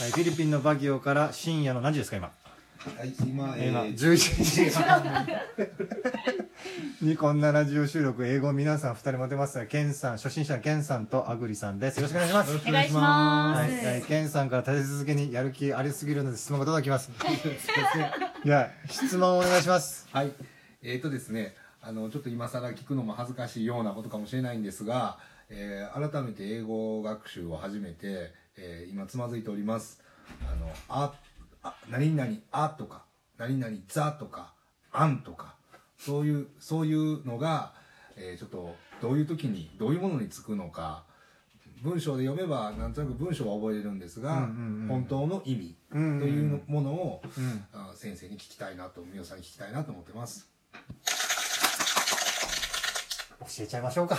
はい、フィリピンのバギオから深夜の何時ですか今はい、今、え今 ー、11時半にこんなラジオ収録英語皆さん2人も出ますがケンさん初心者のケンさんとアグリさんですよろしくお願いしますお願いしまはすい、はい、ケンさんから立て続けにやる気ありすぎるので質問が届き ます。じゃあ、質問をお願いします。はい。えっ、とですね、あの、ちょっと今更聞くのも恥ずかしいようなことかもしれないんですが、えー改めて英語学習を始めて、えー今つまずいております。あの、あ、あ、何々、あとか、何々、ざとか、あんとか、そういう、そういうのが、えーちょっと、どういう時に、どういうものにつくのか、文章で読めば、なんとなく文章は覚えれるんですが、うんうんうん本当の意味とうんうんいうのものを、うん。あ先生に聞きたいなと、みおさんに聞きたいなと思ってます。教えちゃいましょうか。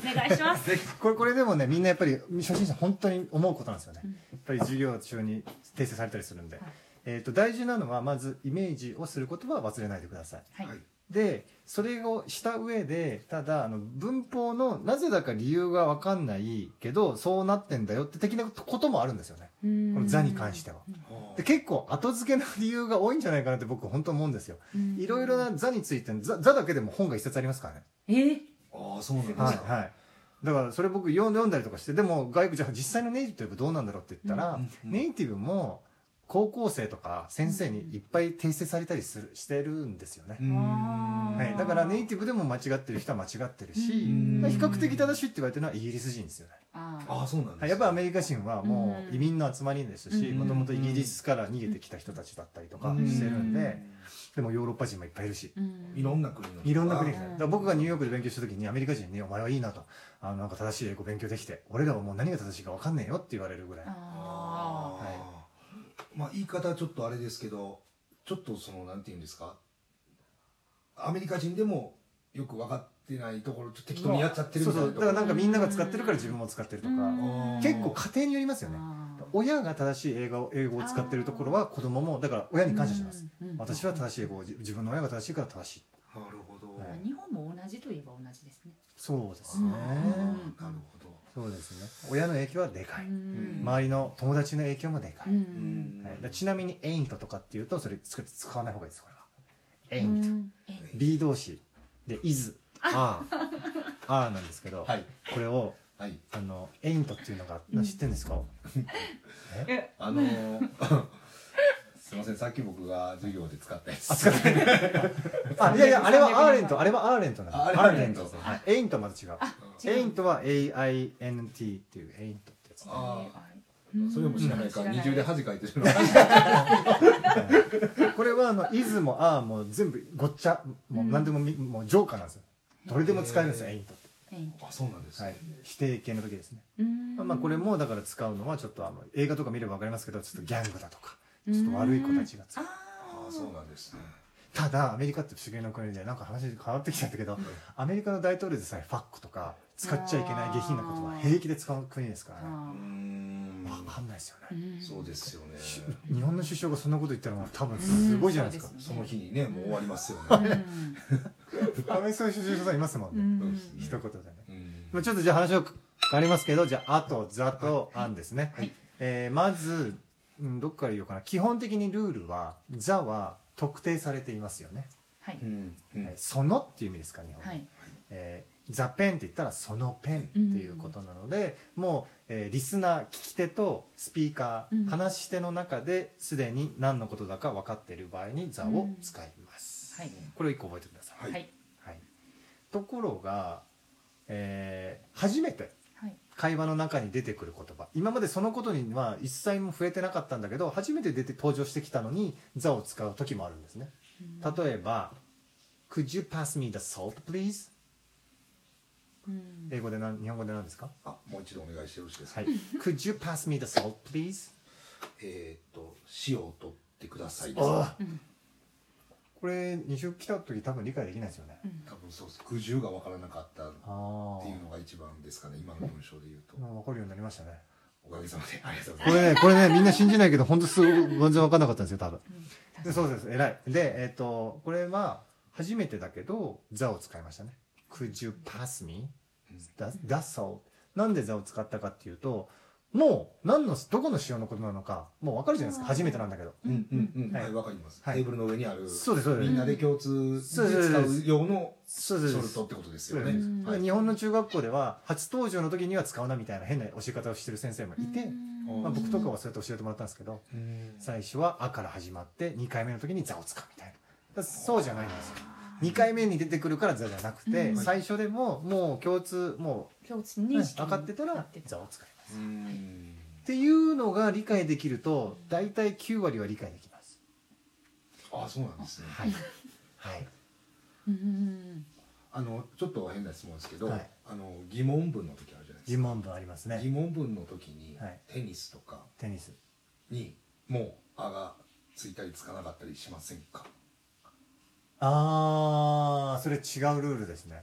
お願いし ます。これ、これでもね、みんなやっぱり、初心者本当に思うことなんですよね。やっぱり授業中に訂正されたりするんで。えっと、大事なのは、まずイメージをすることは忘れないでください。はい。で、それをした上で、ただ、あの、文法のなぜだか理由がわかんないけど、そうなってんだよって的なこともあるんですよね。ここの座に関しては。で結構後付けの理由が多いんじゃないかなって僕本当思うんですよいろいろな座についての座座だけでも本が一冊ありますからねえーああ、そうなんですか。はいはいだからそれ僕読ん読んだりとかしてでも外国じゃあ実際のネイティブどうなんだろうって言ったら、うんうんネイティブも高校生とか先生にいっぱい訂正されたりするしてるんですよねう、んわーはい、だからネイティブでも間違ってる人は間違ってるし、うん比較的正しいって言われてるのはイギリス人ですよねあーああ、そうなんですか。はいやっぱアメリカ人はもううん移民の集まりですしうんもともとイギリスから逃げてきた人たちだったりとかしてるんででもヨーロッパ人もいっぱいいるしうんいろんな国の人が。いろんな国うがんだから僕がニューヨークで勉強した時にアメリカ人に「お前はいいな」と「あのなんか正しい英語勉強できて俺らはもう何が正しいか分かんねえよ」って言われるぐらいああーまあ、言い方はちょっとあれですけど、ちょっとその、なんて言うんですか。アメリカ人でもよく分かってないところ、ちょっと適当にやっちゃってるそみうたそいうだからなところ。なんかみんなが使ってるから自分も使ってるとうかんあー結構家庭によりますよねあー親が正しい英語を英語を使ってるところは子供もだから親に感謝しますうんうん私は正しい英語を自自分の親が正しいから正しいなるほど。まあ日本も同じといえば同じですね。そうですあーねうんなるほど。そうですね親の影響はでかいうん周りの友達の影響もでかうい、うんんはい、だからちなみに「エイント」とかっていうとそれ使使わない方がいいですこれは「エイうント」んえ B 動詞で「イズ」「あー」「あー」なんですけど、はい。これをはい。あの「エイント」っていうのがうん知ってるんですか、あの ーすいません、さっき僕が授業で使ったやつ。あ使ってないあいやいやあれはアーレントあれはアーレントなんですあアーレントはい、エイントはまた違う違うエイントは AINT っていうエイントってやつあーうんそれも知らないから、うん二重で恥かいてるの。これはあの「イズ」も「あー」も全部ごっちゃもう何でもみ、もうジョーカーなんですよどれでも使えるんですよ「へーエイント」って、えいあ、そうなんですはねい。、否定形の時ですねうんまあ、これもだから使うのはちょっとあの映画とか見れば分かりますけどちょっとギャングだとかちょっと悪い子たちが使うああ、そうなんですね。ただアメリカって不思議な国でなんか話変わってきちゃったけどアメリカの大統領でさえファックとか使っちゃいけない下品な言葉平気で使う国ですからねうーあ分ん。かんないですよねーそうですよね。し日本の首相がそんなこと言ったらもう多分すごいじゃないですかうんその日にね、もう終わりますようね。んアメリカの首相さんいますもんうねん一言でねうん。まあちょっとじゃあ話を変わりますけどじゃあ「あ」と「ざ」と「あん」ですね、はいえーまず、うん、どっから言おうかな基本的にルールは「ざ」は特定されていますよね、はいうん。うんえーその」っていう意味ですか日本語はい。えーザペンって言ったらそのペンっていうことなので、もう、えーリスナー聞き手とスピーカー、うん話し手の中ですでに何のことだか分かっている場合に「ザ」を使います、はい。これを一個覚えてください、はいはい。はいところが、えー初めてはい。会話の中に出てくる言葉今までそのことには一切も触れてなかったんだけど初めて出て登場してきたのに「ザ」を使う時もあるんですね例えば「Could you pass me the salt please?」うん英語でなん日本語で何ですかあ、もう一度お願いしてよろしいですはかい。Could you pass me the salt, please? えーっと、塩を取ってくださいです。あうあんこれ、2週来た時多分理解できないですよね。うん多分そうです。苦渋がわからなかったっあていうのが一番ですかね。今の文章で言うとあ。。もう分かるようになりましたね。おかげさまで。ありがとうごこざいます。れね、これね、みんな信じないけど、本当すごい、全然分かんなかったんですよ、多分。でそうです、偉い。で、えっ、と、これは、初めてだけど、ザを使いましたね。Could you pass me? うんだ、だそう。なんで座を使ったかっていうと、もう何のどこの塩のことなのかもう分かるじゃないですかあー初めてなんだけどうんうんうんはいはいわかりますテはいーブルの上にあるそうですそうでみすんなで共通で使う用のそうシですそうョルですトってことですよそうでねすはい日本の中学校では初登場の時には使うなみたいな変な教え方をしてる先生もいて、うんまあ、僕とかはそうやって教えてもらったんですけど最初は「あ」から始まって2回目の時に「座」を使うみたいなだからそうじゃないんですよ2回目に出てくるから「座」じゃなくて、うん最初でももう共通も共通う、ね認識分かってたなら「てた座」を使いますうんっていうのが理解できると大体9割は理解できますあそうなんですねはいはいうんあのちょっと変な質問ですけどはいあの疑問文の時あるじゃないで疑すか問文あります疑ね問文の時にはいテニスとかテニスにもう「あ」がついたりつかなかったりしませんかああそれ違うルールですね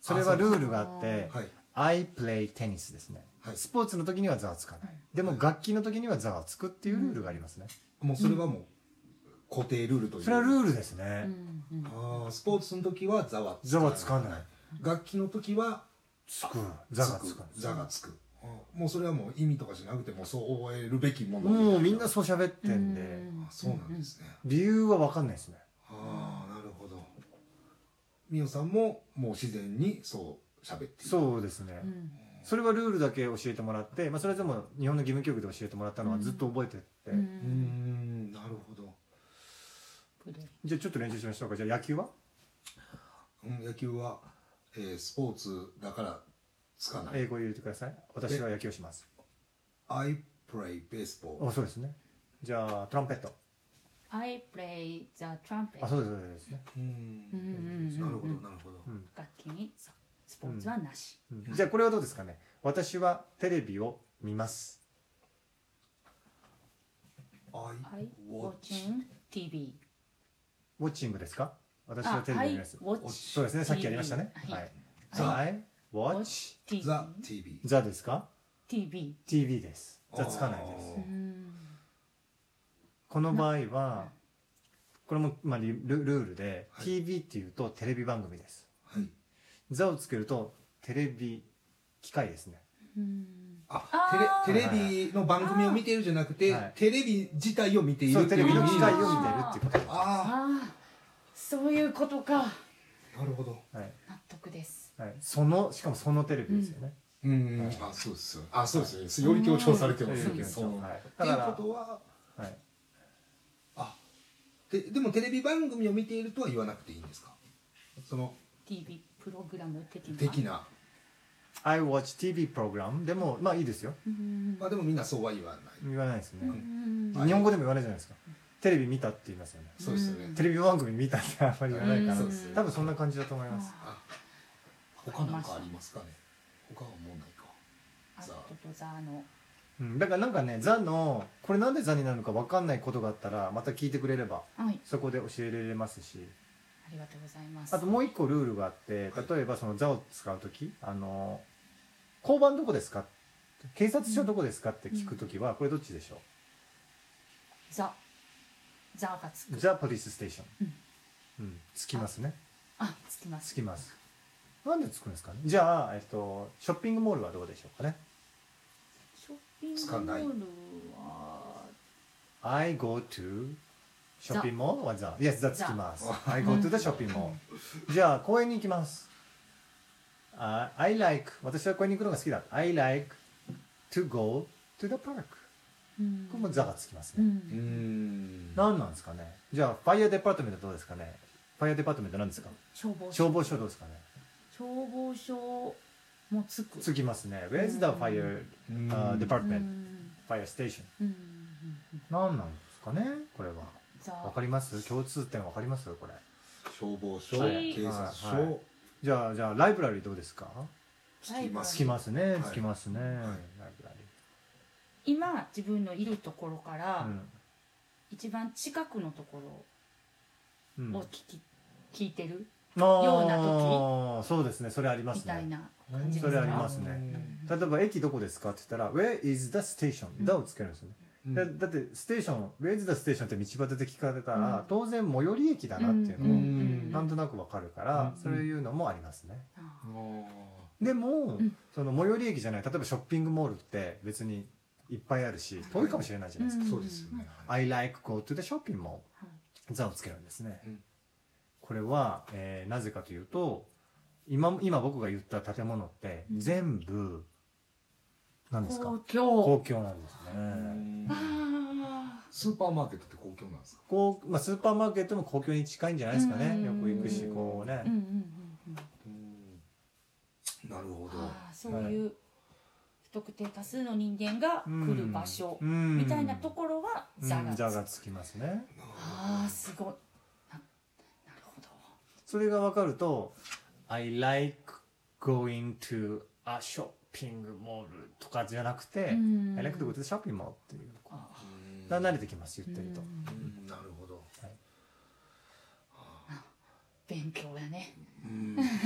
それはルールがあっあそうてはい I play テニスですね、はいスポーツの時には座はつかない、はいでもはい楽器の時には座はつくっていうルールがありますね、もうそれはもう固定ルールというそれはルールルですね、うんうんあースポーツの時は「ざわ」座はつかない楽器の時はつく座がつく「ざ」がつくうんもうそれはもう意味とかじゃなくてもうそう覚えるべきものもうみんなそう喋ってうんで、あそうなんですね理由は分かんないですねああなるほどみおさんももう自然にそう喋っているうそうですね、うんそれはルールだけ教えてもらって、まあ、それでも日本の義務教育で教えてもらったのはずっと覚えてって、うんーんなるほど、プレーじゃあちょっと練習しましょうかじゃあ野球は、うん、野球は、えースポーツだからつかない英語入れてください私は野球をします I play baseball あそうですねじゃあトランペット I play the trumpet あそうですそうですね、うーうんうんうんうんんなるほどなるほどうん楽器にそうスポーツはなし、うんじゃあこれはどうですかね私はテレビを見ます I I watch watching TV ウォッチングですか私はあテレビを見ますそうですねさっきやりましたねははいい I I watch T the TV ザですか TV TV ですザあーつかないでうすうんこの場合はこれもまあリルルールで、はい TV っていうとテレビ番組ですはいザをつけるとテレビ機械ですねうんああーテレテレビの番組を見ているじゃなくて、はいテレビ自体を見ているそうってテいレビう意の味機械を見てるっていうことですあああそういうことかあなるほどはい納得ですはい、そのしかもそのテレビですよね、うんうんあそうですよあそうですよより強調されテてまレすビのよね現そ象のはいっだていかうらことははい、あででもテレビ番組を見ているとは言わなくていいんですかその TV プログラム的な的な I watch TV program でもまあいいですようんまあでもみんなそうは言わない言わないですね、うんはい日本語でも言わないじゃないですかテレビ見たって言いますよねそうですよねテレビ番組見たってあんまり言わないからそうです多分そんな感じだと思いますあ他なんかありますかね他はもうないかあととザのうん、だからなんかね「ザ」のこれなんで「ザ」になるのか分かんないことがあったらまた聞いてくれればはいそこで教えられますしありがとうございますあともう一個ルールがあって例えばその「ザ」を使う時「あの交番どこですか?」警察署どこですかって聞くときはこれどっちでしょザザがつうく ?The Police Station うん。うん。つきますね。あつきまつすきます。なんでつくんですかねじゃあ、えっと、ショッピングモールはどうでしょうかねショッピンつかグモないールは I go to ショッピングモールは the Yes, ザつきます。I go to the ショッピングモール。じゃあ、公園に行きます。あ I like 私は公園に行くのが好きだ。I like to go to the park。うんこれもザがつきますうね。うんん何なんですかねじゃあ、ファイアデパートメントどうですかねファイアデパートメント何ですか消防消防署どうですかね消防署もつくつきますね。Where's the fire、うんあ department? うん fire station? うんうんうん何なんですかねこれは。ザわかります共通点わかりますこれ。消防署、はい警察署、はいはいじゃあ、じゃあ、ライブラリーどうですかつきまつすきますねいつきますね、いライブラリ今自分のいるところからー一番近くのとこうんうんろを聞き聞いてるようなそうですねそれありまみすたいねな感じですそかれありますねうん例えば駅どこですかって言ったら「Where is the station?」「うんだ」をつけるんですよね、だだってステーション「Where is the station?」って道端で聞かれたら、うん当然最寄り駅だなっていうのうも、んなんとなくわかるから、うんそういうのもありますねああーでも、うんその最寄り駅じゃない例えばショッピングモールって別にいっぱいあるし遠いかもしれないじゃないですか、うんそうですよね。はい I like go to the shopping mall はい座をつけるんですね、うんこれは、えーなぜかというと今今僕が言った建物ってうん全部何ですか公共公共なんですねあスーパーマーケットって公共なんですか。こう、まあ、スーパーマーケットも公共に近いんじゃないですかねうんよく行くしこうねあうんうんうんなるほうどん。ああそういう不特定多数の人間がうん来る場所うんみたいなところはうん座がつ座くがつきますねああすごいななるほどそれが分かると「I like going to a shopping mall」とかじゃなくて「うん I like to go to the shopping mall」っていうああうんだんだん慣れてきます言ってると、うんうんなるほど。はい勉強やねうん